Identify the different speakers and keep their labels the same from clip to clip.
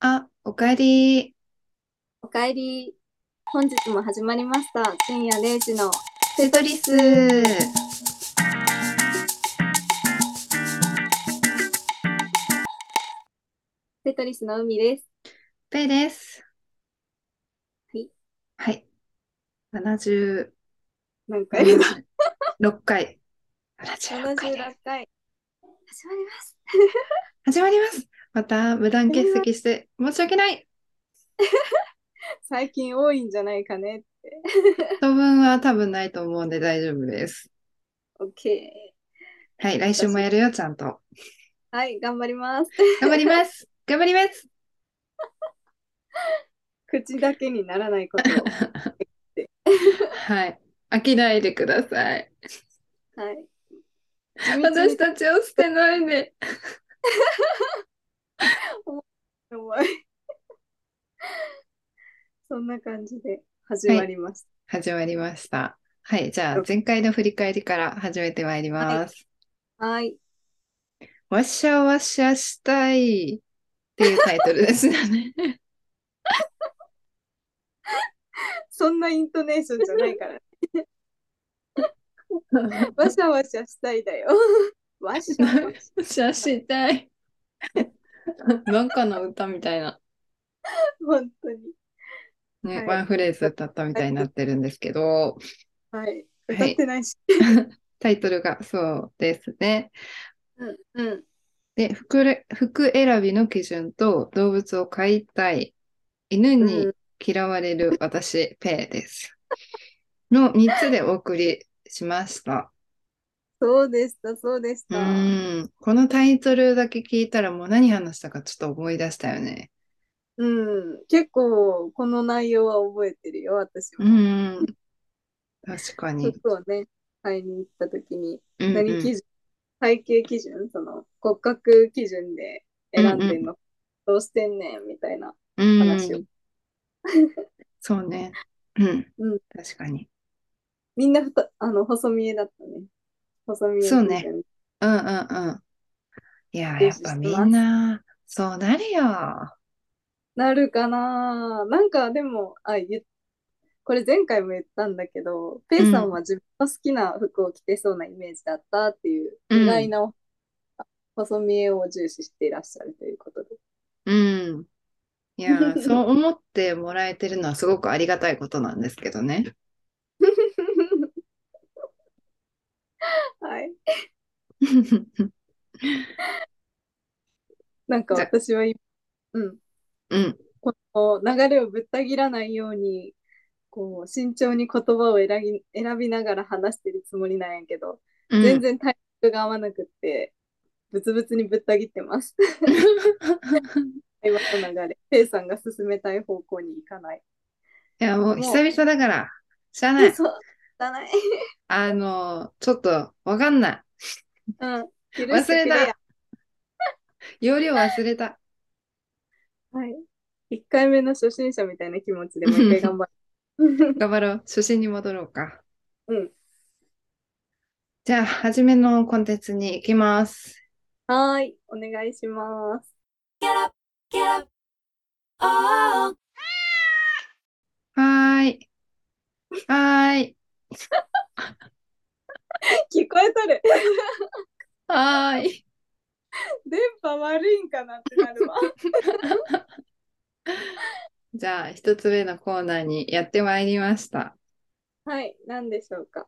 Speaker 1: あ、おかえり。
Speaker 2: おかえり。本日も始まりました。深夜0時の。
Speaker 1: テトリス。は
Speaker 2: テトリスの海です。
Speaker 1: ペイです。
Speaker 2: はい。
Speaker 1: はい。76
Speaker 2: 何回目だ
Speaker 1: 回。76
Speaker 2: ?76
Speaker 1: 回です。
Speaker 2: 回。始まります。
Speaker 1: 始まります。また無断欠席して申し訳ない。
Speaker 2: 最近多いんじゃないかね。
Speaker 1: 当分は多分ないと思うんで大丈夫です。
Speaker 2: OK。
Speaker 1: はい。来週もやるよ、ちゃんと。
Speaker 2: はい、頑張ります。
Speaker 1: 頑張ります。頑張ります。
Speaker 2: 口だけにならないことを。
Speaker 1: はい。飽きないでくださ い。
Speaker 2: はい。
Speaker 1: 私
Speaker 2: 私
Speaker 1: たちを捨てないで。
Speaker 2: そんな感じで始まりまし
Speaker 1: 始まりました。はい。じゃあ、前回の振り返りから始めてまいります。
Speaker 2: た。はい。
Speaker 1: わしゃわしゃしたいっていうタイトルですよね。
Speaker 2: そんなイントネーションじゃないから。わしゃわしゃしたいだよ。わしゃわしゃ。
Speaker 1: わしゃしたい。なんかの歌みたいな、
Speaker 2: 本当に。
Speaker 1: ね
Speaker 2: はい
Speaker 1: ワンフレーズ歌ったみたいになってるんですけど、
Speaker 2: はい。
Speaker 1: はい
Speaker 2: 歌ってないし。
Speaker 1: タイトルがそうですね。
Speaker 2: うん。うん。
Speaker 1: で服れ、服選びの基準と動物を飼いたい、犬に嫌われる私、ペイです。の3つでお送りしました。
Speaker 2: そうでした、そうでし
Speaker 1: う
Speaker 2: た。
Speaker 1: ーん、このタイトルだけ聞いたらもう何話したかちょっと思い出したよね。
Speaker 2: うん。結構、この内容は覚えてるよ、私
Speaker 1: う
Speaker 2: も。
Speaker 1: ーん、確かに。
Speaker 2: 服をね、買いに行った時に、
Speaker 1: うんうん
Speaker 2: 何基準、体型基準、その骨格基準で選んでんの。どうしてんねん、みたいな。話を
Speaker 1: うんそうね。うん、
Speaker 2: うん
Speaker 1: 確かに。
Speaker 2: みんなふた、あの、細見えだったね。細見え
Speaker 1: そう
Speaker 2: 基
Speaker 1: ね
Speaker 2: 準。
Speaker 1: うんうんうん。いやー、
Speaker 2: 重
Speaker 1: やっ
Speaker 2: 視
Speaker 1: ぱ
Speaker 2: して
Speaker 1: み
Speaker 2: ます
Speaker 1: んな、そうなるよ。
Speaker 2: なるかななんか、でも、あ、言っこれ前回も言ったんだけど、ペイさんは自分の好きな服を着てそうなイメージだったっていう、
Speaker 1: うん
Speaker 2: 意外なお細見えを重視していらっしゃるということで。
Speaker 1: うん。いやー、そう思ってもらえてるのはすごくありがたいことなんですけどね。
Speaker 2: はい。なんか
Speaker 1: じゃ
Speaker 2: 私は今、うん、
Speaker 1: うん、
Speaker 2: この流れをぶった切らないように、こう、慎重に言葉を選び、選びながら話してるつもりなんやけど、
Speaker 1: うん
Speaker 2: 全然タイプが合わなくって、ブツブツにぶった切っ てます。会話の流れ。ペイさんが進めたい方向に行かない。
Speaker 1: いや、もう
Speaker 2: もう
Speaker 1: 久々だから、しゃあない。
Speaker 2: そうだない。
Speaker 1: あの、ちょっとわかんな
Speaker 2: うん。許
Speaker 1: い。忘
Speaker 2: して
Speaker 1: れ
Speaker 2: くれや
Speaker 1: た。要領忘れた。
Speaker 2: はい。一回目の初心者みたいな気持ちでもう一回頑張 る。
Speaker 1: 頑張ろう。初心に戻ろうか。
Speaker 2: うん。
Speaker 1: じゃあ、初めのコンテンツに行きます。
Speaker 2: はーい。お願いします。
Speaker 1: はーい。はーい。
Speaker 2: 聞こえとる。
Speaker 1: はーい。
Speaker 2: 電波悪いんかなってなるわ。
Speaker 1: じゃあ、一つ目のコーナーにやってまいりました。
Speaker 2: はい。何でしょうか。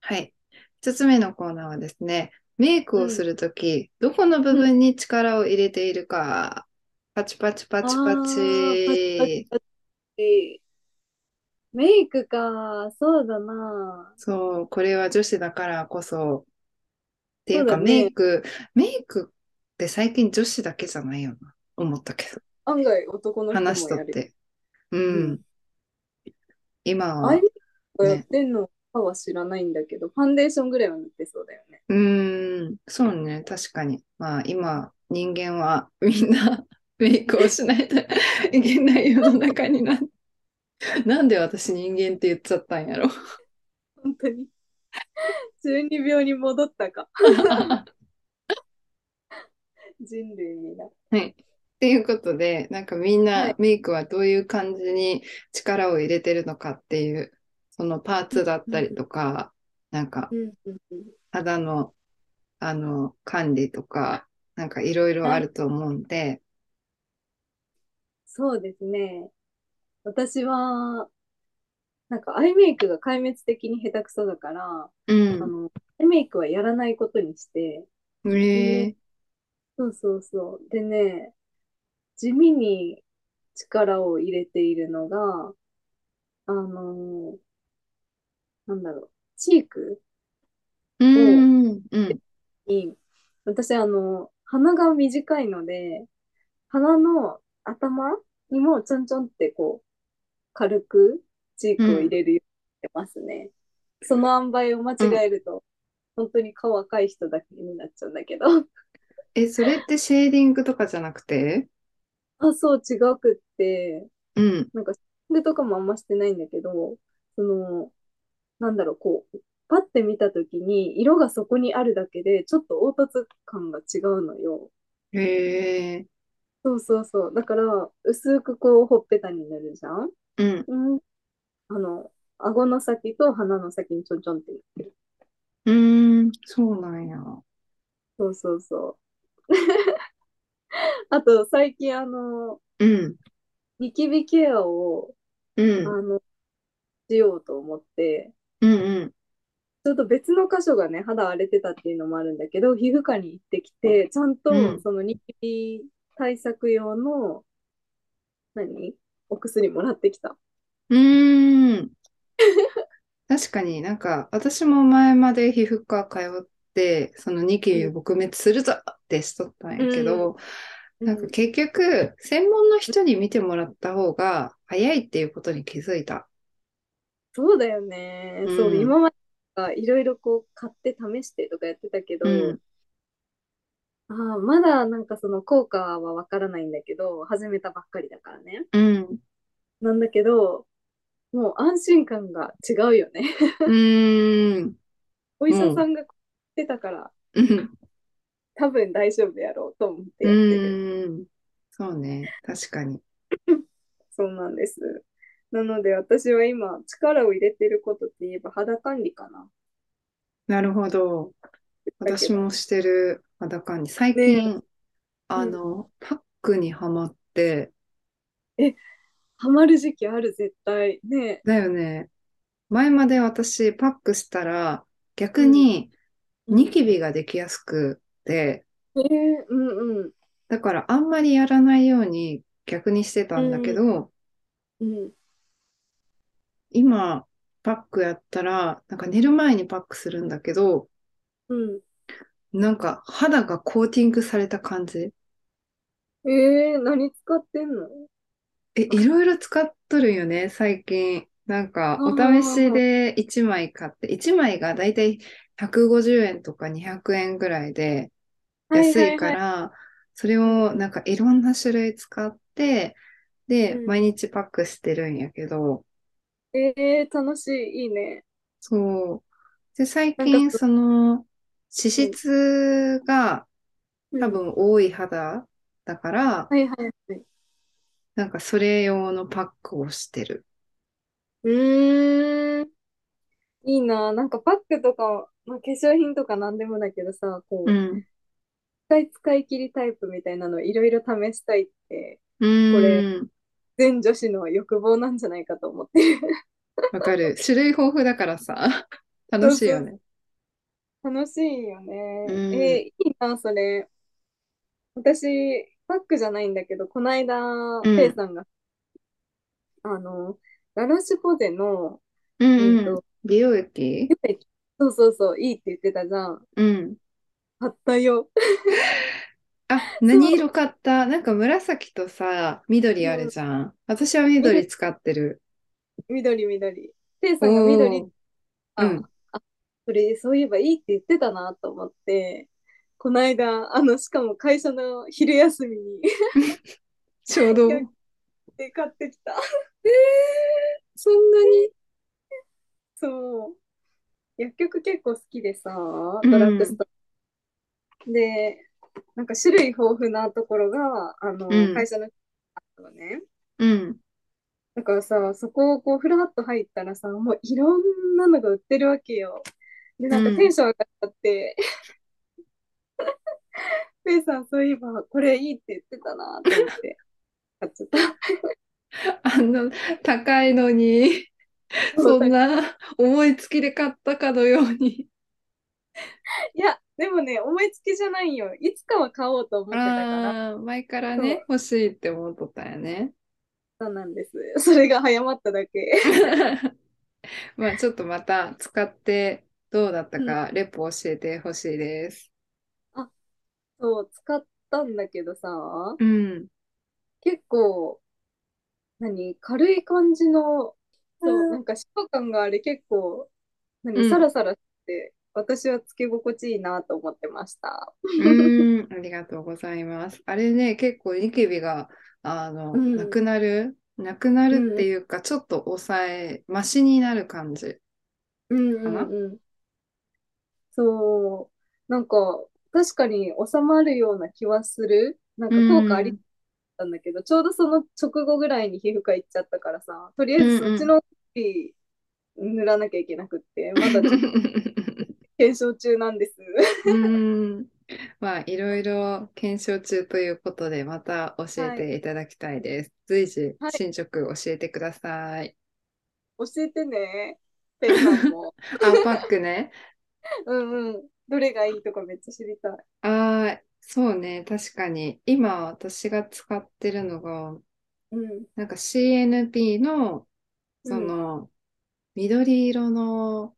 Speaker 1: はい。一つ目のコーナーはですね、メイクをするとき、どこの部分に力を入れているか、パチパチパチパ
Speaker 2: あーパチ
Speaker 1: チ。
Speaker 2: パチメイクか。そうだな。
Speaker 1: そう、これは女子だからこそ。っていう
Speaker 2: そう
Speaker 1: か、
Speaker 2: だね
Speaker 1: メイク、メイクって最近女子だけじゃないよな、思ったけ
Speaker 2: 案外男
Speaker 1: ど、
Speaker 2: の人も
Speaker 1: 話しとっ
Speaker 2: やる。
Speaker 1: て。うん。
Speaker 2: うん
Speaker 1: 今
Speaker 2: ア
Speaker 1: は
Speaker 2: イ、メイクやってんのかは知らないんだけど、ファンデーションぐらいは塗ってそうだよね。
Speaker 1: うーん、そうね、確かに。まあ、今、人間はみんな メイクをしないといけない世の中にな。なんで私人間って言っちゃったんや ろ。
Speaker 2: 本当に。12秒に戻ったか。人類にな。
Speaker 1: はい。っていうことで、なんかみん
Speaker 2: は
Speaker 1: ないメイクはどういう感じに力を入れてるのかっていう、そのパーツだったりとか、なんか
Speaker 2: うんうんうん
Speaker 1: 肌の、あの管理とか、なんかいろいろあると思うんで、
Speaker 2: そうですね。私は、なんかアイメイクが壊滅的に下手くそだから、
Speaker 1: う
Speaker 2: あ
Speaker 1: ん。
Speaker 2: の、アイメイクはやらないことにして、
Speaker 1: ええ
Speaker 2: そうそうそう。でね、地味に力を入れているのが、あの、なんだろう、チーク
Speaker 1: うん、うん、
Speaker 2: に、私、あの、鼻が短いので、鼻の頭にもちょんちょんってこう、軽くチークを入れるようにしてますね。その塩梅を間違えると、本当に顔赤い人だけになっちゃうんだけど。
Speaker 1: え、それってシェーディングとかじゃなくて
Speaker 2: あ、そう、違くって、
Speaker 1: うん、
Speaker 2: なんか、シングとかもあんましてないんだけど、その、なんだろう、こう、パッて見たときに、色がそこにあるだけで、ちょっと凹凸感が違うのよ。
Speaker 1: へえ、
Speaker 2: そうそうそう。だから、薄くこう、ほっぺたに塗るじゃん。
Speaker 1: うん、
Speaker 2: うん。あの、顎の先と鼻の先にちょんちょんって塗ってる。
Speaker 1: うーん、そうなんや。
Speaker 2: そうそうそう。 あと、最近、あの、
Speaker 1: うん、
Speaker 2: ニキビケアを、
Speaker 1: う
Speaker 2: あ
Speaker 1: ん、
Speaker 2: の、しようと思って、
Speaker 1: うん、うん、
Speaker 2: ちょっと別の箇所がね、肌荒れてたっていうのもあるんだけど、皮膚科に行ってきて、ちゃん
Speaker 1: うん
Speaker 2: とそのニキビ対策用の、何お薬もらってきた。
Speaker 1: うーん。 確かになんか私も前まで皮膚科通ってそのニキビを撲滅するぞってしとったんやけど、なんか結局専門の人に見てもらった方が早いっていうことに気づいた。
Speaker 2: そうだよね。
Speaker 1: うん
Speaker 2: そう、今までいろいろこう買って試してとかやってたけど、
Speaker 1: うん
Speaker 2: ああ、まだなんかその効果はわからないんだけど、始めたばっかりだからね。
Speaker 1: うん。
Speaker 2: なんだけど、もう安心感が違うよね。
Speaker 1: うー ん。
Speaker 2: お医者さんがこう言ってたから、
Speaker 1: うん。
Speaker 2: 多分大丈夫やろうと思って
Speaker 1: う
Speaker 2: やってる。
Speaker 1: ーん。そうね。確かに。
Speaker 2: そうなんです。なので私は今力を入れてることって言えば肌管理かな。
Speaker 1: なるほど。
Speaker 2: だけ
Speaker 1: 私
Speaker 2: ど
Speaker 1: もしてる肌感に最
Speaker 2: ね
Speaker 1: 近、あの、パックにはまって、
Speaker 2: ハマる時期ある絶対。ね
Speaker 1: だよね。前まで私パックしたら逆にニキビができやすくて、
Speaker 2: え。えーうんうん。
Speaker 1: だからあんまりやらないように逆にしてたんだけど、
Speaker 2: うん。
Speaker 1: 今パックやったら、なんか寝る前にパックするんだけど、
Speaker 2: うん。
Speaker 1: なんか肌がコーティングされた感じ。
Speaker 2: えー、何使ってんの
Speaker 1: え、いろいろ使っとるよね、最近。なんかお試しで1枚買って、1枚がだいたい150円とか200円ぐらいで、安いか
Speaker 2: はいはい
Speaker 1: ら、それをなんかいろんな種類使って、で、
Speaker 2: うん
Speaker 1: 毎日パックしてるんやけど、
Speaker 2: はい。えー、楽しい。いいね。
Speaker 1: そう。で、最
Speaker 2: なん
Speaker 1: 近、
Speaker 2: か
Speaker 1: その、脂質が多
Speaker 2: うん。
Speaker 1: 分多い肌だから、
Speaker 2: はいはいはい。
Speaker 1: なんかそれ用のパックをしてる。
Speaker 2: うーん。いいな。なんかパックとか、まあ、化粧品とか何でもだけどさ、こ
Speaker 1: う
Speaker 2: う、一
Speaker 1: ん。
Speaker 2: 回使い切りタイプみたいなのいろいろ試したいって、
Speaker 1: う
Speaker 2: れ
Speaker 1: ーん。
Speaker 2: 全女子の欲望なんじゃないかと思ってる。
Speaker 1: わかる。種類豊富だから さ、楽しいよね。
Speaker 2: 楽しいよね。
Speaker 1: うん
Speaker 2: えーいいな、それ。私、パックじゃないんだけど、こないだ、
Speaker 1: ん
Speaker 2: ペイさんが、あの、ラロシュポゼの、
Speaker 1: う
Speaker 2: え
Speaker 1: ん
Speaker 2: ー
Speaker 1: うん。
Speaker 2: と、
Speaker 1: 美容液
Speaker 2: そうそうそう、いいって言ってたじゃん。
Speaker 1: うん。
Speaker 2: 買ったよ。
Speaker 1: あ、何色買ったなんか紫とさ、緑あるじゃん。私は緑使ってる。
Speaker 2: 緑、緑。ペイさんが緑、あ、
Speaker 1: うん
Speaker 2: あ、それ、そういえばいいって言ってたなと思って、こないだ、あの、しかも会社の昼休みに
Speaker 1: ちょうど。
Speaker 2: いやで買ってきた。
Speaker 1: そんなに
Speaker 2: そう。薬局結構好きでさ、
Speaker 1: うん
Speaker 2: ドラッグストア。で、なんか種類豊富なところが、あの、
Speaker 1: うん
Speaker 2: 会社の、あのね。
Speaker 1: うん。
Speaker 2: だからさ、そこをこう、ふらっと入ったらさ、もういろんなのが売ってるわけよ。で、なん
Speaker 1: う
Speaker 2: か
Speaker 1: ん
Speaker 2: テンション上がっちゃって、 ペイさん、そういえば、これいいって言ってたなと思って、買っちゃった。
Speaker 1: あの、高いのに、そんな思いつきで買ったかのように。
Speaker 2: いや、でもね、思いつきじゃないよ。いつかは買おうと思ってたから、
Speaker 1: ああ、前からね、欲しいって思っとったんや ね。
Speaker 2: そうなんです。それが早まっただけ。
Speaker 1: まあ、ちょっとまた使ってどうだったか、レポ教えてほしいです。
Speaker 2: そう、使ったんだけどさ、
Speaker 1: うん。
Speaker 2: 結構、何、軽い感じの、そうう、
Speaker 1: ん
Speaker 2: なんか、使用感があれ結構、
Speaker 1: う
Speaker 2: 何、
Speaker 1: ん
Speaker 2: サラサラして、私はつけ心地いいなと思ってました。
Speaker 1: うーん、ありがとうございます。あれね、結構ニキビが、あの、
Speaker 2: うん
Speaker 1: なくなる、なくなるっていうか、ちょっと抑え、マシになる感じ。
Speaker 2: うんうんうん。そう、なんか、確かに収まるような気はする。なんか効果ありだったんだけど、ちょうどその直後ぐらいに皮膚科行っちゃったからさ、とりあえずそっちの時塗らなきゃいけなくって、まだちょっと検証中なんです。
Speaker 1: うん。 まあ、いろいろ検証中ということで、また教えていただきたいです。随時
Speaker 2: はい、
Speaker 1: 進捗教えてください。
Speaker 2: 教えてね、ペンさん も。
Speaker 1: あ、パックね。
Speaker 2: うんうん。どれがいいとかめっちゃ知りたい。
Speaker 1: ああ、そうね、確かに。今、私が使ってるのが、
Speaker 2: うん。
Speaker 1: なんか CNP の、そ
Speaker 2: うん。
Speaker 1: の、緑色の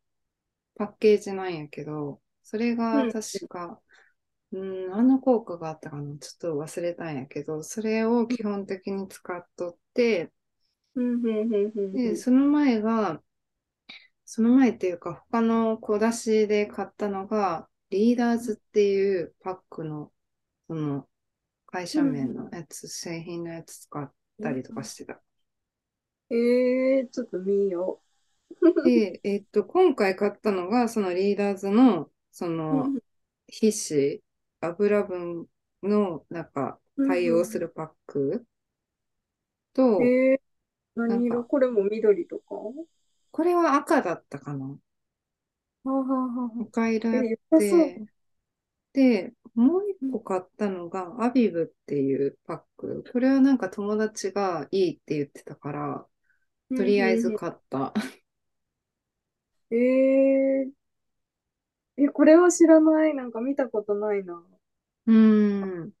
Speaker 1: パッケージなんやけど、それ
Speaker 2: う
Speaker 1: が
Speaker 2: ん
Speaker 1: 確か、うん、あの効果があったかな、ちょっと忘れたんやけど、それを基本的に使っとって、
Speaker 2: うんうんうんうんうん
Speaker 1: で、その前が、その前っていうか、他の小出しで買ったのが、リーダーズっていうパックの、その、会社名のやつ、製品のやつ使ったりとかしてた。
Speaker 2: えー、ちょっと見よ。
Speaker 1: で、えっと、今回買ったのが、そのリーダーズの、そうの、皮脂、油分の、なんか、対応するパックと、
Speaker 2: えー、
Speaker 1: なんか
Speaker 2: 何色これも緑とか
Speaker 1: これは赤だったかな
Speaker 2: はあはあはあは
Speaker 1: 赤色やっ
Speaker 2: え良さそう
Speaker 1: て、で、もう一個買ったのが、アビブっていうパック。これはなんか友達がいいって言ってたから、
Speaker 2: あ
Speaker 1: とりあえず買った。
Speaker 2: えー、え、これは知らない。なんか見たことないな。
Speaker 1: うん。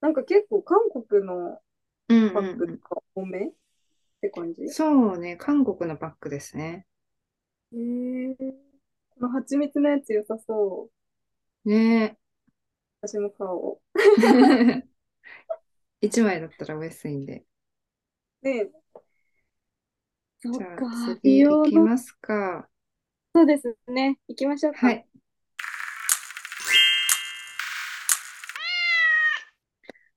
Speaker 2: なんか結構韓国の
Speaker 1: うんうん
Speaker 2: パッ
Speaker 1: う
Speaker 2: クと
Speaker 1: ん
Speaker 2: か多めって感じ。え
Speaker 1: そうね、韓国のパックですね。
Speaker 2: ー、この蜂蜜のやつ良さそう。
Speaker 1: ね
Speaker 2: 私も買おう。
Speaker 1: 一枚だったら安いんで。
Speaker 2: ねえ、そっ
Speaker 1: じゃ
Speaker 2: か、
Speaker 1: あ
Speaker 2: 美
Speaker 1: 次行
Speaker 2: 容
Speaker 1: き
Speaker 2: の、
Speaker 1: ますか。
Speaker 2: そうですね。行きましょうか。
Speaker 1: はい。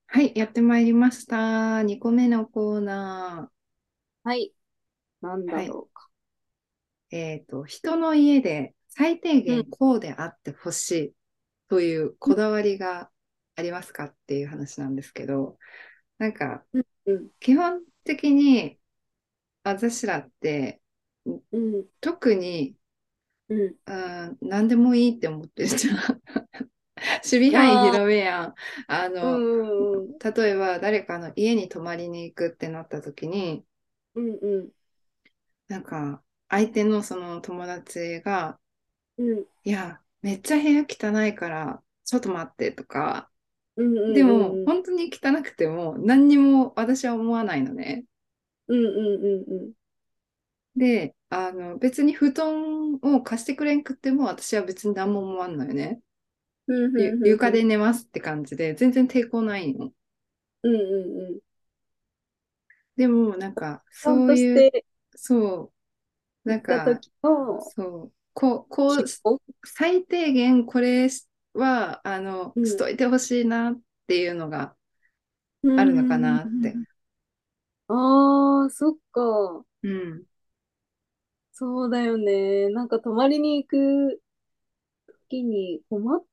Speaker 1: はい、やってまいりました。2個目のコーナ
Speaker 2: はい。なんだろうか。
Speaker 1: ー。えっと、人の家で最低限こうであってほしいというこだわりがありますかっていう話なんですけど、なんか
Speaker 2: うん、
Speaker 1: 基本的に私らって
Speaker 2: うん、
Speaker 1: 特に
Speaker 2: うん。
Speaker 1: うん、何でもいいって思ってる じゃん。守備範囲広めやん。あ
Speaker 2: う
Speaker 1: の、
Speaker 2: ん、うん、
Speaker 1: 例えば誰かの家に泊まりに行くってなった時に、
Speaker 2: うん、うん。
Speaker 1: なんか相手のその友達が、
Speaker 2: うん、
Speaker 1: いや、めっちゃ部屋汚いから、ちょっと待ってとか、
Speaker 2: うん、うん、
Speaker 1: でも、
Speaker 2: うん、
Speaker 1: 本当に汚くても何にも私は思わないのね。
Speaker 2: うん、うん、うん、
Speaker 1: で、あの、別に布団を貸してくれんくっても私は別に何も思わんのよね。
Speaker 2: うん、うん、
Speaker 1: ゆ
Speaker 2: うん、
Speaker 1: 床で寝ますって感じで、全然抵抗ないの。
Speaker 2: うん、うん、うん。
Speaker 1: でも、なんか、
Speaker 2: ちゃん
Speaker 1: そ
Speaker 2: と
Speaker 1: う
Speaker 2: し
Speaker 1: いう、
Speaker 2: て
Speaker 1: そう、なん
Speaker 2: 行った
Speaker 1: か、
Speaker 2: 時の、
Speaker 1: そう、こう、こう、
Speaker 2: こ
Speaker 1: 最低限これは、あの
Speaker 2: う、ん
Speaker 1: しといてほしいなっていうのが
Speaker 2: う
Speaker 1: あるのかなっ
Speaker 2: うん
Speaker 1: て。
Speaker 2: ああ、そっか。
Speaker 1: うん、
Speaker 2: そうだよね。なんか泊まりに行く時に困っ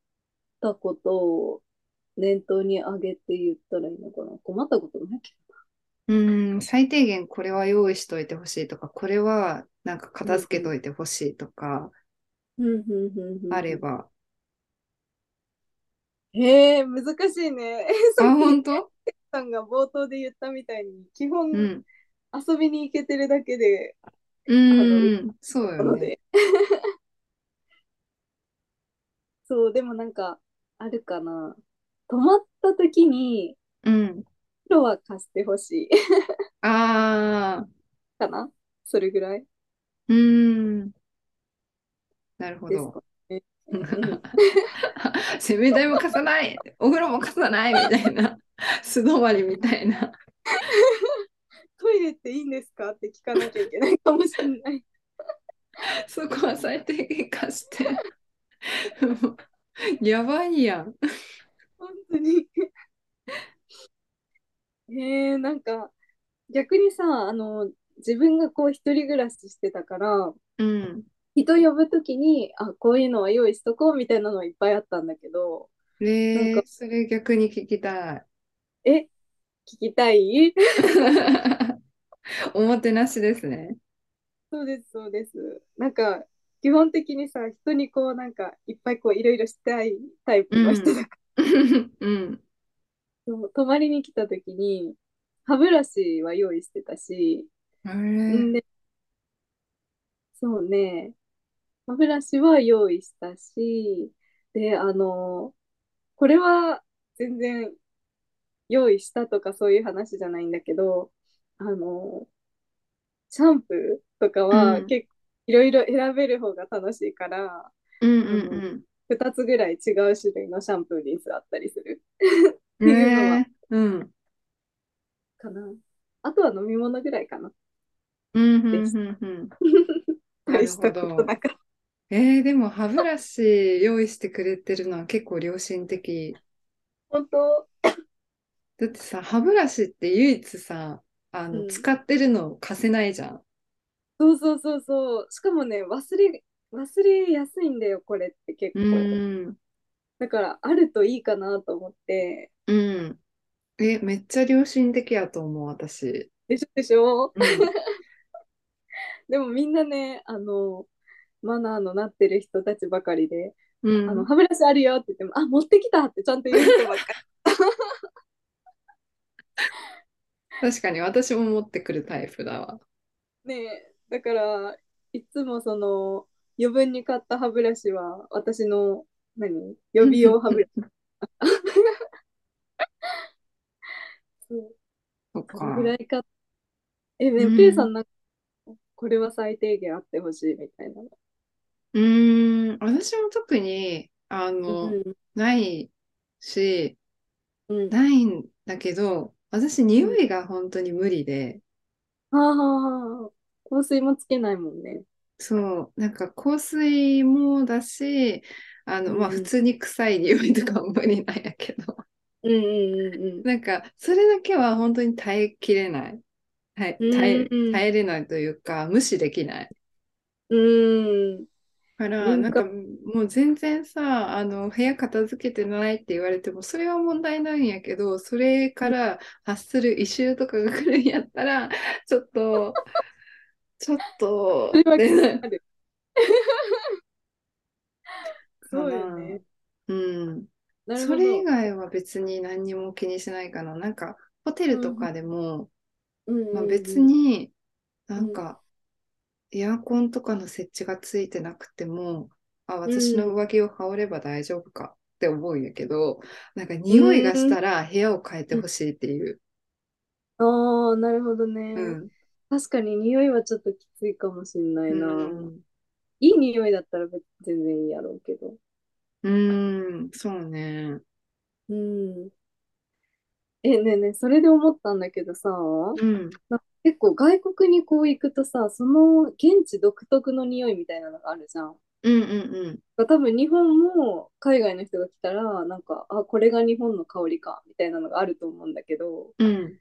Speaker 2: ったことを念頭に上げて言ったらいいのかな。困ったことないけ
Speaker 1: うん、最低限これは用意しといてほしいとか、これはなんか片付けといてほしいとか
Speaker 2: ど。うんうんうんうん
Speaker 1: あれ。ば。
Speaker 2: へえ、難しいね。
Speaker 1: あ、
Speaker 2: さっき
Speaker 1: 本当
Speaker 2: さんが冒頭で言ったみたいに、基本
Speaker 1: う
Speaker 2: 遊
Speaker 1: ん。
Speaker 2: びに行けてるだけで、
Speaker 1: うん、そう
Speaker 2: な
Speaker 1: よ
Speaker 2: の
Speaker 1: ね。
Speaker 2: で。 そう、でもなんか、あるかな。泊まった時に、
Speaker 1: うん。
Speaker 2: 色は貸してほしい。
Speaker 1: ああ、
Speaker 2: かなそれぐらい
Speaker 1: うん。なるほ
Speaker 2: です
Speaker 1: ど。
Speaker 2: かね。 うん
Speaker 1: 洗面台も貸さない、お風呂も貸さないみたいな、素泊まりみたいな。
Speaker 2: トイレっていいんですかって聞かなきゃいけないかもしれない。
Speaker 1: そこは最低限貸して。 もうやばいやん。
Speaker 2: 本当に。 えー、なんか、逆にさ、あの、自分がこう一人暮らししてたから、
Speaker 1: うん。
Speaker 2: 人呼ぶときに、あ、こういうのは用意しとこうみたいなのはいっぱいあったんだけど、
Speaker 1: ねえ
Speaker 2: なんか
Speaker 1: それ逆に聞きたい。
Speaker 2: え、聞きたい
Speaker 1: おもてなしですね。
Speaker 2: そうです、そうです。なんか、基本的にさ、人にこう、なんか、いっぱいこう、いろいろしたいタイプの人だから
Speaker 1: うん。
Speaker 2: そう、泊まりに来た時に、歯ブラシは用意してたし、
Speaker 1: あ
Speaker 2: ん
Speaker 1: れ
Speaker 2: で、そうね、歯ブラシは用意したし、で、あの、これは全然用意したとかそういう話じゃないんだけど、あの、シャンプーとか
Speaker 1: う
Speaker 2: は
Speaker 1: ん
Speaker 2: 結構いろいろ選べる方が楽しいから、
Speaker 1: うん
Speaker 2: 2つぐらい違う種類のシャンプーリンスあったりする
Speaker 1: うんうん。ねえうん。
Speaker 2: かな。あとは飲み物ぐらいかな。
Speaker 1: うんうんうんうん。な
Speaker 2: 大
Speaker 1: る
Speaker 2: し
Speaker 1: ほ
Speaker 2: たこと
Speaker 1: ど。
Speaker 2: なかっ
Speaker 1: えー、でも歯ブラシ用意してくれてるのは結構良心的。
Speaker 2: 本当
Speaker 1: だってさ、歯ブラシって唯一さ、あの、
Speaker 2: うん
Speaker 1: 使ってるのを貸せないじゃん。
Speaker 2: そうそうそうそう。しかもね、忘れ、忘れやすいんだよ、これって結
Speaker 1: う
Speaker 2: 構。
Speaker 1: ん。
Speaker 2: だから、あるといいかなと思って。
Speaker 1: うん。え、めっちゃ良心的やと思う、私。
Speaker 2: でしょでしょ
Speaker 1: うん。
Speaker 2: でもみんなね、あの、マナーのなってる人たちばかりで、
Speaker 1: う
Speaker 2: あ
Speaker 1: ん
Speaker 2: の、歯ブラシあるよって言っても、あ、持ってきたってちゃんと言う人ばっかり。
Speaker 1: 確かに私も持ってくるタイプだわ。
Speaker 2: ねえだから、いつもその、余分に買った歯ブラシは、私の、何予備用歯ブラシ。 そう
Speaker 1: そっ
Speaker 2: この
Speaker 1: か
Speaker 2: ぐ。らいか。え、ね、
Speaker 1: うん
Speaker 2: ペイさんなんか、これは最低限あってほしいみたいなの。
Speaker 1: うーん、私も特に、あの、
Speaker 2: ん。
Speaker 1: ないし、
Speaker 2: うん。は
Speaker 1: ないんだけど、私、匂いが本当に無理で、
Speaker 2: あはあはあ。香水もつけないもんね。
Speaker 1: そう、なんか香水もだし、あの、まあ、
Speaker 2: うん
Speaker 1: 普通に臭い匂いとかも無理なんやけど、
Speaker 2: うんうんうんうん。
Speaker 1: なんか、それだけは本当に耐えきれない。はい、
Speaker 2: うん
Speaker 1: 耐え、耐えれないというか、無視できない。
Speaker 2: うん。
Speaker 1: から、な
Speaker 2: なんん
Speaker 1: か
Speaker 2: か
Speaker 1: もう全然さ、あの、部屋片付けてないって言われても、それは問題ないんやけど、それから発する異臭とかが来るんやったら、ちょっ と、ちょっと
Speaker 2: そ、れは気に
Speaker 1: で
Speaker 2: なる。 そうよね。
Speaker 1: うん。
Speaker 2: なる
Speaker 1: そ
Speaker 2: ほ
Speaker 1: れ以
Speaker 2: ど。
Speaker 1: 外は別に何にも気にしないかな。なんか、ホテルとかでも、
Speaker 2: うんうん
Speaker 1: まあ、
Speaker 2: うん
Speaker 1: 別になんか、エアコンとかの設置がついてなくても、あ、私の上着を羽織れば大丈夫かって思うんやけど、なんか匂いがしたら部屋を変えてほしいっていう。
Speaker 2: ああ、なるほど
Speaker 1: う
Speaker 2: ね。
Speaker 1: ん。
Speaker 2: 確かに匂いはちょっときついかもしんな
Speaker 1: う
Speaker 2: いな。
Speaker 1: ん。
Speaker 2: いい匂いだったら別全然いいやろうけど。
Speaker 1: うん、そうね。
Speaker 2: うん。え、ねえねえ、それで思ったんだけどさ、
Speaker 1: うん。
Speaker 2: 結構外国にこう行くとさ、その現地独特の匂いみたいなのがあるじゃん。
Speaker 1: うんうん
Speaker 2: 多分日本も海外の人が来たら、なんか、あ、これが日本の香りか、みたいなのがあると思うんだけど、
Speaker 1: うん。うん。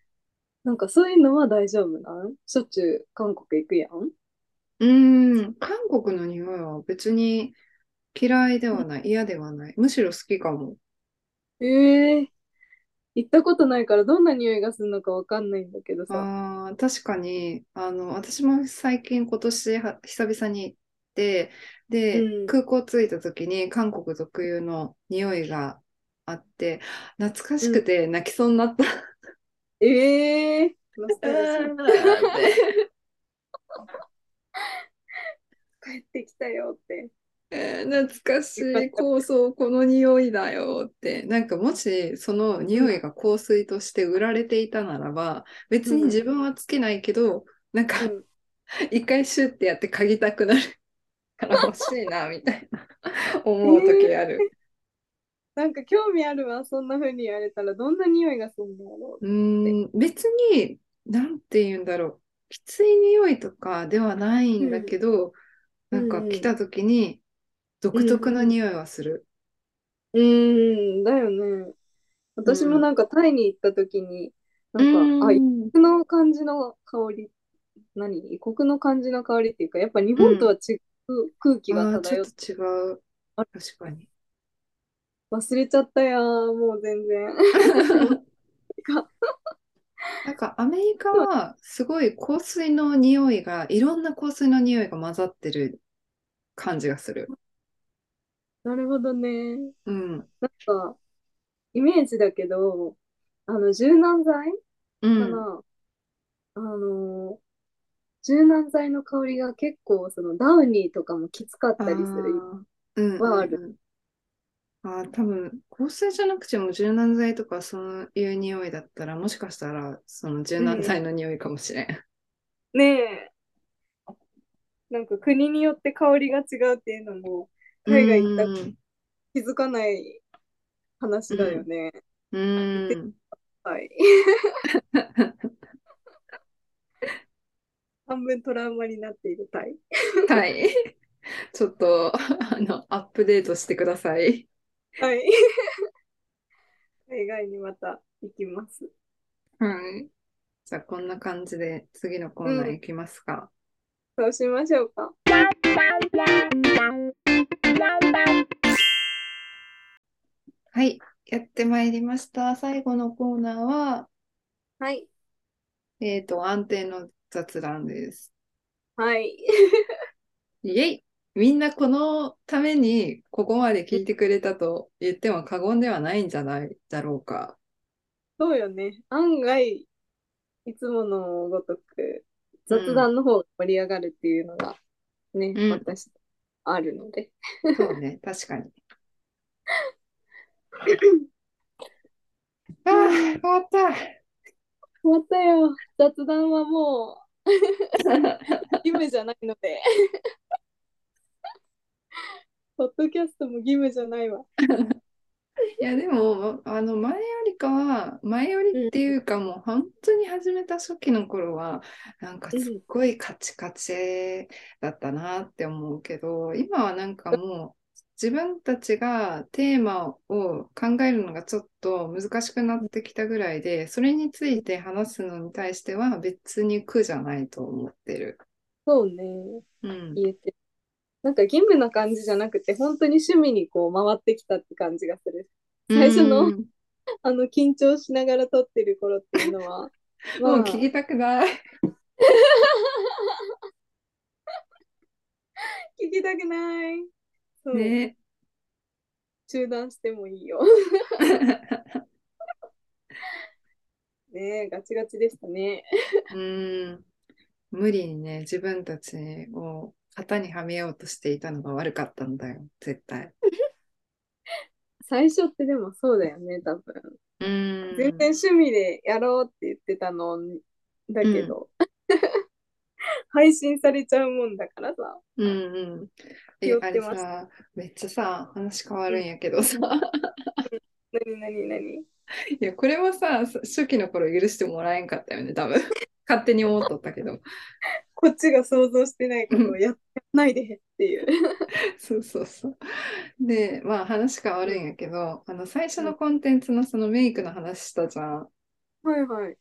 Speaker 2: なんかそういうのは大丈夫なんしょっちゅう韓国行くやん。
Speaker 1: うん、韓国の匂いは別に嫌いではない、嫌ではない。むしろ好きかも。
Speaker 2: ええ行ったことないからどんな匂いがするのかわかんないんだけどさ。
Speaker 1: ああ、確かに、あの、私も最近今年は久々に行って、で、
Speaker 2: うん
Speaker 1: 空港着いた時に韓国特有の匂いがあって、懐かしくて泣きそうになった。
Speaker 2: ええノスタルジー。
Speaker 1: え
Speaker 2: 帰ってきたよって。
Speaker 1: ー 懐かしい香草この匂いだよってなんかもしその匂いが香水として売られていたならば別に自分はつけないけどなんか
Speaker 2: うん
Speaker 1: 一回シュッてやって嗅ぎたく なるから欲しいなみたいな思う時ある。
Speaker 2: なんか興味あるわ、そんな風に言われたら、どんな匂いがするんだろ
Speaker 1: うーん別になんて言うんだろうきつい匂いとかではないんだけど、
Speaker 2: う
Speaker 1: な
Speaker 2: ん
Speaker 1: ん
Speaker 2: う
Speaker 1: か
Speaker 2: んうん
Speaker 1: 来た時に独特の匂いはする。
Speaker 2: う。うーん、だよね。私もなんかタイに行った時に、なんか、あ、
Speaker 1: う
Speaker 2: 異
Speaker 1: ん
Speaker 2: 国の感じの香り、何異国の感じの香りっていうか、やっぱ日本とは違う空気が
Speaker 1: あーち
Speaker 2: 漂
Speaker 1: ょ
Speaker 2: っ、
Speaker 1: ってと違う。
Speaker 2: あ
Speaker 1: 確か に。
Speaker 2: 忘れちゃったやー、もう全然。
Speaker 1: なんかアメリカはすごい香水の匂いがいろんな香水の匂いが混ざってる感じがする。
Speaker 2: なるほどね。
Speaker 1: うん。
Speaker 2: なんか、イメージだけど、あの、柔軟剤
Speaker 1: う
Speaker 2: か
Speaker 1: ん。
Speaker 2: な、あの柔軟剤の香りが結構そのダウニーとかもきつかっ
Speaker 1: あ
Speaker 2: たりする。
Speaker 1: ーうんうん
Speaker 2: はあ
Speaker 1: うんあー多分香水じゃなくても柔軟剤とかそういう匂いだったらもしかしたらその柔軟剤の匂いかもしれん。
Speaker 2: ねえ。なんか国によって香りが違うっていうのも海外行ったら
Speaker 1: うん
Speaker 2: 気づかない話だよね。
Speaker 1: うん
Speaker 2: はい。半分トラウマになっているタイ。
Speaker 1: はい。ちょっとあのアップデートしてください。
Speaker 2: はい。海外にまた行きます。
Speaker 1: はい。じゃあこんな感じで次のコーナーいきますか。
Speaker 2: そうしましょうか。
Speaker 1: はい。やってまいりました。最後のコーナーは、
Speaker 2: はい。
Speaker 1: えっ、と、安定の雑談です。
Speaker 2: はい。
Speaker 1: イエイみんなこのためにここまで聞いてくれたと言っても過言ではないんじゃないだろうか。
Speaker 2: そうよね。案外、いつものごとく、雑談の方が盛り上がるっていうのが、ね、
Speaker 1: うん
Speaker 2: 私、あるので。
Speaker 1: そうね、 確かに。ああ、終わった。
Speaker 2: 終わったよ。雑談はもう、義務じゃないの で。ポッドキャストも義務じゃないわ。
Speaker 1: いやでもあの前よりかは前よりっていうかもう本当に始めた初期の頃はなんかすっごいカチカチだったなって思うけど今はなんかもう自分たちがテーマを考えるのがちょっと難しくなってきたぐらいでそれについて話すのに対しては別に苦じゃないと思ってる。
Speaker 2: そうね。
Speaker 1: うん、
Speaker 2: 言えてる。なんか義務な感じじゃなくて、本当に趣味にこう回ってきたって感じがする。最初の
Speaker 1: うん
Speaker 2: あの、緊張しながら撮ってる頃っていうの は、
Speaker 1: もう
Speaker 2: まあ
Speaker 1: 聞きたくない。
Speaker 2: 聞きたくない。そう、
Speaker 1: ね。
Speaker 2: 中断してもいい よ。ねえ、ガチガチでしたね。
Speaker 1: うん、無理にね、自分たちを型にはめようとしていたのが悪かったんだよ、絶対。
Speaker 2: 最初ってでもそうだよね、多分。
Speaker 1: うん
Speaker 2: 全然趣味でやろうって言ってたのだけど、 配信されちゃうもんだからさ。
Speaker 1: うんうん。え
Speaker 2: 気、を
Speaker 1: あれ
Speaker 2: つけます
Speaker 1: さ、めっちゃさ、話変わるんやけどさ、
Speaker 2: なになになに
Speaker 1: いや、これもさ、初期の頃許してもらえんかったよね、多分。 勝手に思っとったけど。
Speaker 2: こっちが想像してないことをやってないでって いう。
Speaker 1: そうそうそう。で、まあ話変わるんやけど、あの最初のコンテンツのそのメイクの話したじゃん。
Speaker 2: はいはい。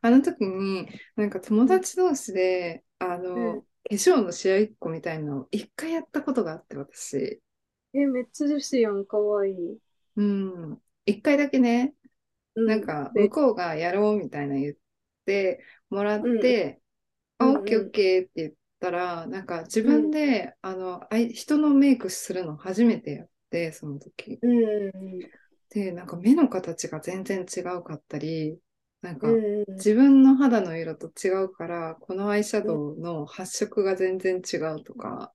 Speaker 1: あの時に、なんか友達同士で、あの、
Speaker 2: うん
Speaker 1: 粧の試合1個みたいのを一回やったことがあって、私。
Speaker 2: え、めっちゃ女子やん、かわいい。
Speaker 1: うん。一回だけね、
Speaker 2: う
Speaker 1: なんか
Speaker 2: で
Speaker 1: 向こうがやろうみたいな言ってもらって、
Speaker 2: うん
Speaker 1: あ、
Speaker 2: うん
Speaker 1: オッケーオッケーって言ったら、なんか自分で、あの、あい人のメイクするの初めてやって、その時。
Speaker 2: うんうん
Speaker 1: で、なんか目の形が全然違うかったり、なんか
Speaker 2: うんうんうん
Speaker 1: 自分の肌の色と違うから、このアイシャドウの発色が全然違うとか、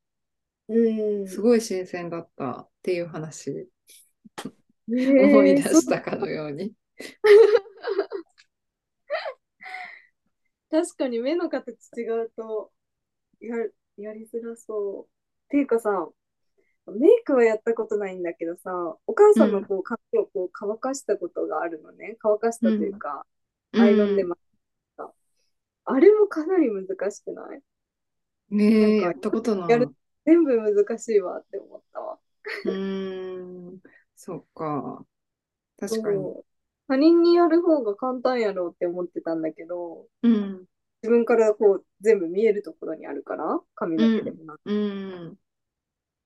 Speaker 2: うん
Speaker 1: すごい新鮮だったっていう話、
Speaker 2: ね え
Speaker 1: 思い出
Speaker 2: そう
Speaker 1: したかのように。
Speaker 2: 確かに目の形違うとやるやりづらそう。ていうかさ、メイクはやったことないんだけどさ、お母さんのこう髪をこう乾かしたことがあるのね。乾かしたというか、アイロンで
Speaker 1: うん
Speaker 2: 巻いた。あれもかなり難しくない
Speaker 1: ねえ、
Speaker 2: な
Speaker 1: や
Speaker 2: ん
Speaker 1: っ
Speaker 2: か
Speaker 1: たことない
Speaker 2: やる全部難しいわって思ったわ。
Speaker 1: うーん、そっか。確かに。
Speaker 2: そう他人にやる方が簡単やろうって思ってたんだけど、
Speaker 1: うん、
Speaker 2: 自分からこう全部見えるところにあるから、髪の毛でもなく
Speaker 1: うん。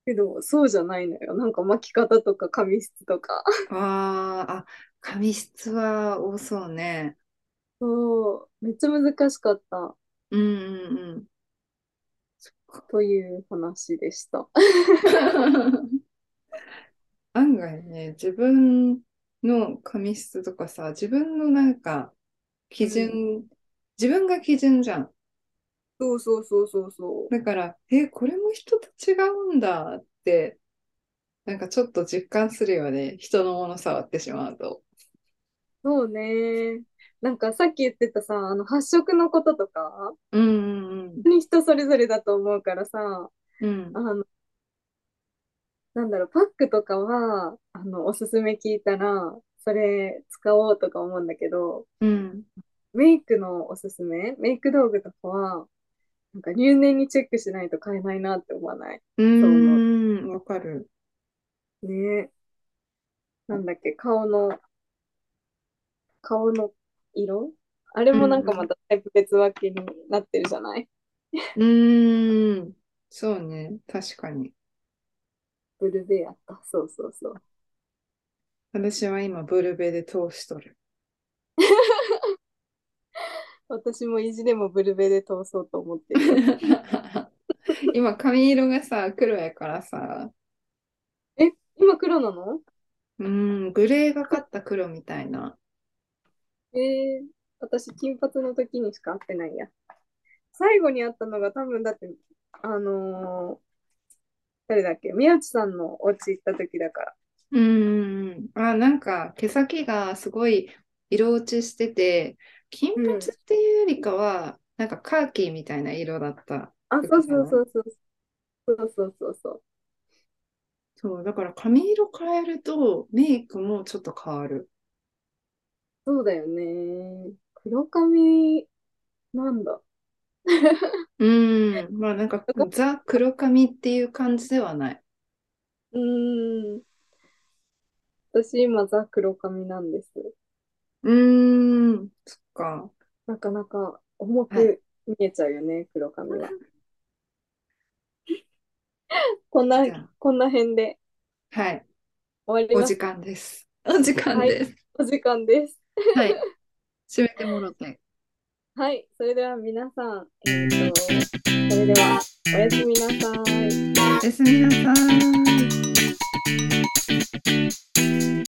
Speaker 2: けど、そうじゃないのよ。なんか巻き方とか髪質とか。
Speaker 1: あーあ、髪質は多そうね。
Speaker 2: そう、めっちゃ難しかった
Speaker 1: うんうんうん。そっか。
Speaker 2: という話でした。
Speaker 1: 案外ね、自分の髪質とかさ、自分のなんか基準、
Speaker 2: う
Speaker 1: 自分が基準じゃん。
Speaker 2: そうそうそうそうそう。
Speaker 1: だから、え、これも人と違うんだって、なんかちょっと実感するよね。人のもの触ってしまうと。
Speaker 2: そうね。なんかさっき言ってたさ、あの発色のこととか、
Speaker 1: うんうん
Speaker 2: 本当に人それぞれだと思うからさ、
Speaker 1: うん。
Speaker 2: あの、なんだろう、パックとかは、あの、おすすめ聞いたら、それ使おうとか思うんだけど、
Speaker 1: うん。
Speaker 2: メイクのおすすめ、メイク道具とかは、なんか入念にチェックしないと買えないなって思わない。
Speaker 1: うん。うーん。わかる。
Speaker 2: ねなんだっけ、顔の、顔の色あれもなんかまたタイプ別分けになってるじゃない、
Speaker 1: うーん。そうね。確かに。
Speaker 2: ブルベやった。そうそうそう。
Speaker 1: 私は今、ブルベで通しとる。
Speaker 2: 私も意地でもブルベで通そうと思って る。
Speaker 1: 今、髪色がさ、黒やからさ、
Speaker 2: え、今黒なの
Speaker 1: うーん、グレーがかった黒みたいな。
Speaker 2: えー、私金髪の時にしか会ってないや。最後に会ったのが多分だって、あのー誰だっけ宮内さんのお家行った時だから。
Speaker 1: うーん。あ、なんか、毛先がすごい色落ちしてて、金髪っていうよりかは、なんかカーキーみたいな色だった。
Speaker 2: あ、そうそうそうそう。そうそうそうそう。
Speaker 1: そう、だから髪色変えると、メイクもちょっと変わる。
Speaker 2: そうだよね。黒髪なんだ。
Speaker 1: うん、まあなんかザ・黒髪っていう感じではない。
Speaker 2: うーん。私今ザ黒髪なんです。
Speaker 1: うーん、そっか。
Speaker 2: なかなか重
Speaker 1: はい
Speaker 2: く見えちゃうよね、黒髪 は。こんな
Speaker 1: じゃあ、
Speaker 2: こんな辺で
Speaker 1: はい、
Speaker 2: 終わり
Speaker 1: お
Speaker 2: ます。
Speaker 1: 時間です。お時間です。
Speaker 2: お時間です。
Speaker 1: はい、締めてもろて。
Speaker 2: はい、それでは皆さん、えーと、それではおやすみなさい。
Speaker 1: おやすみなさい。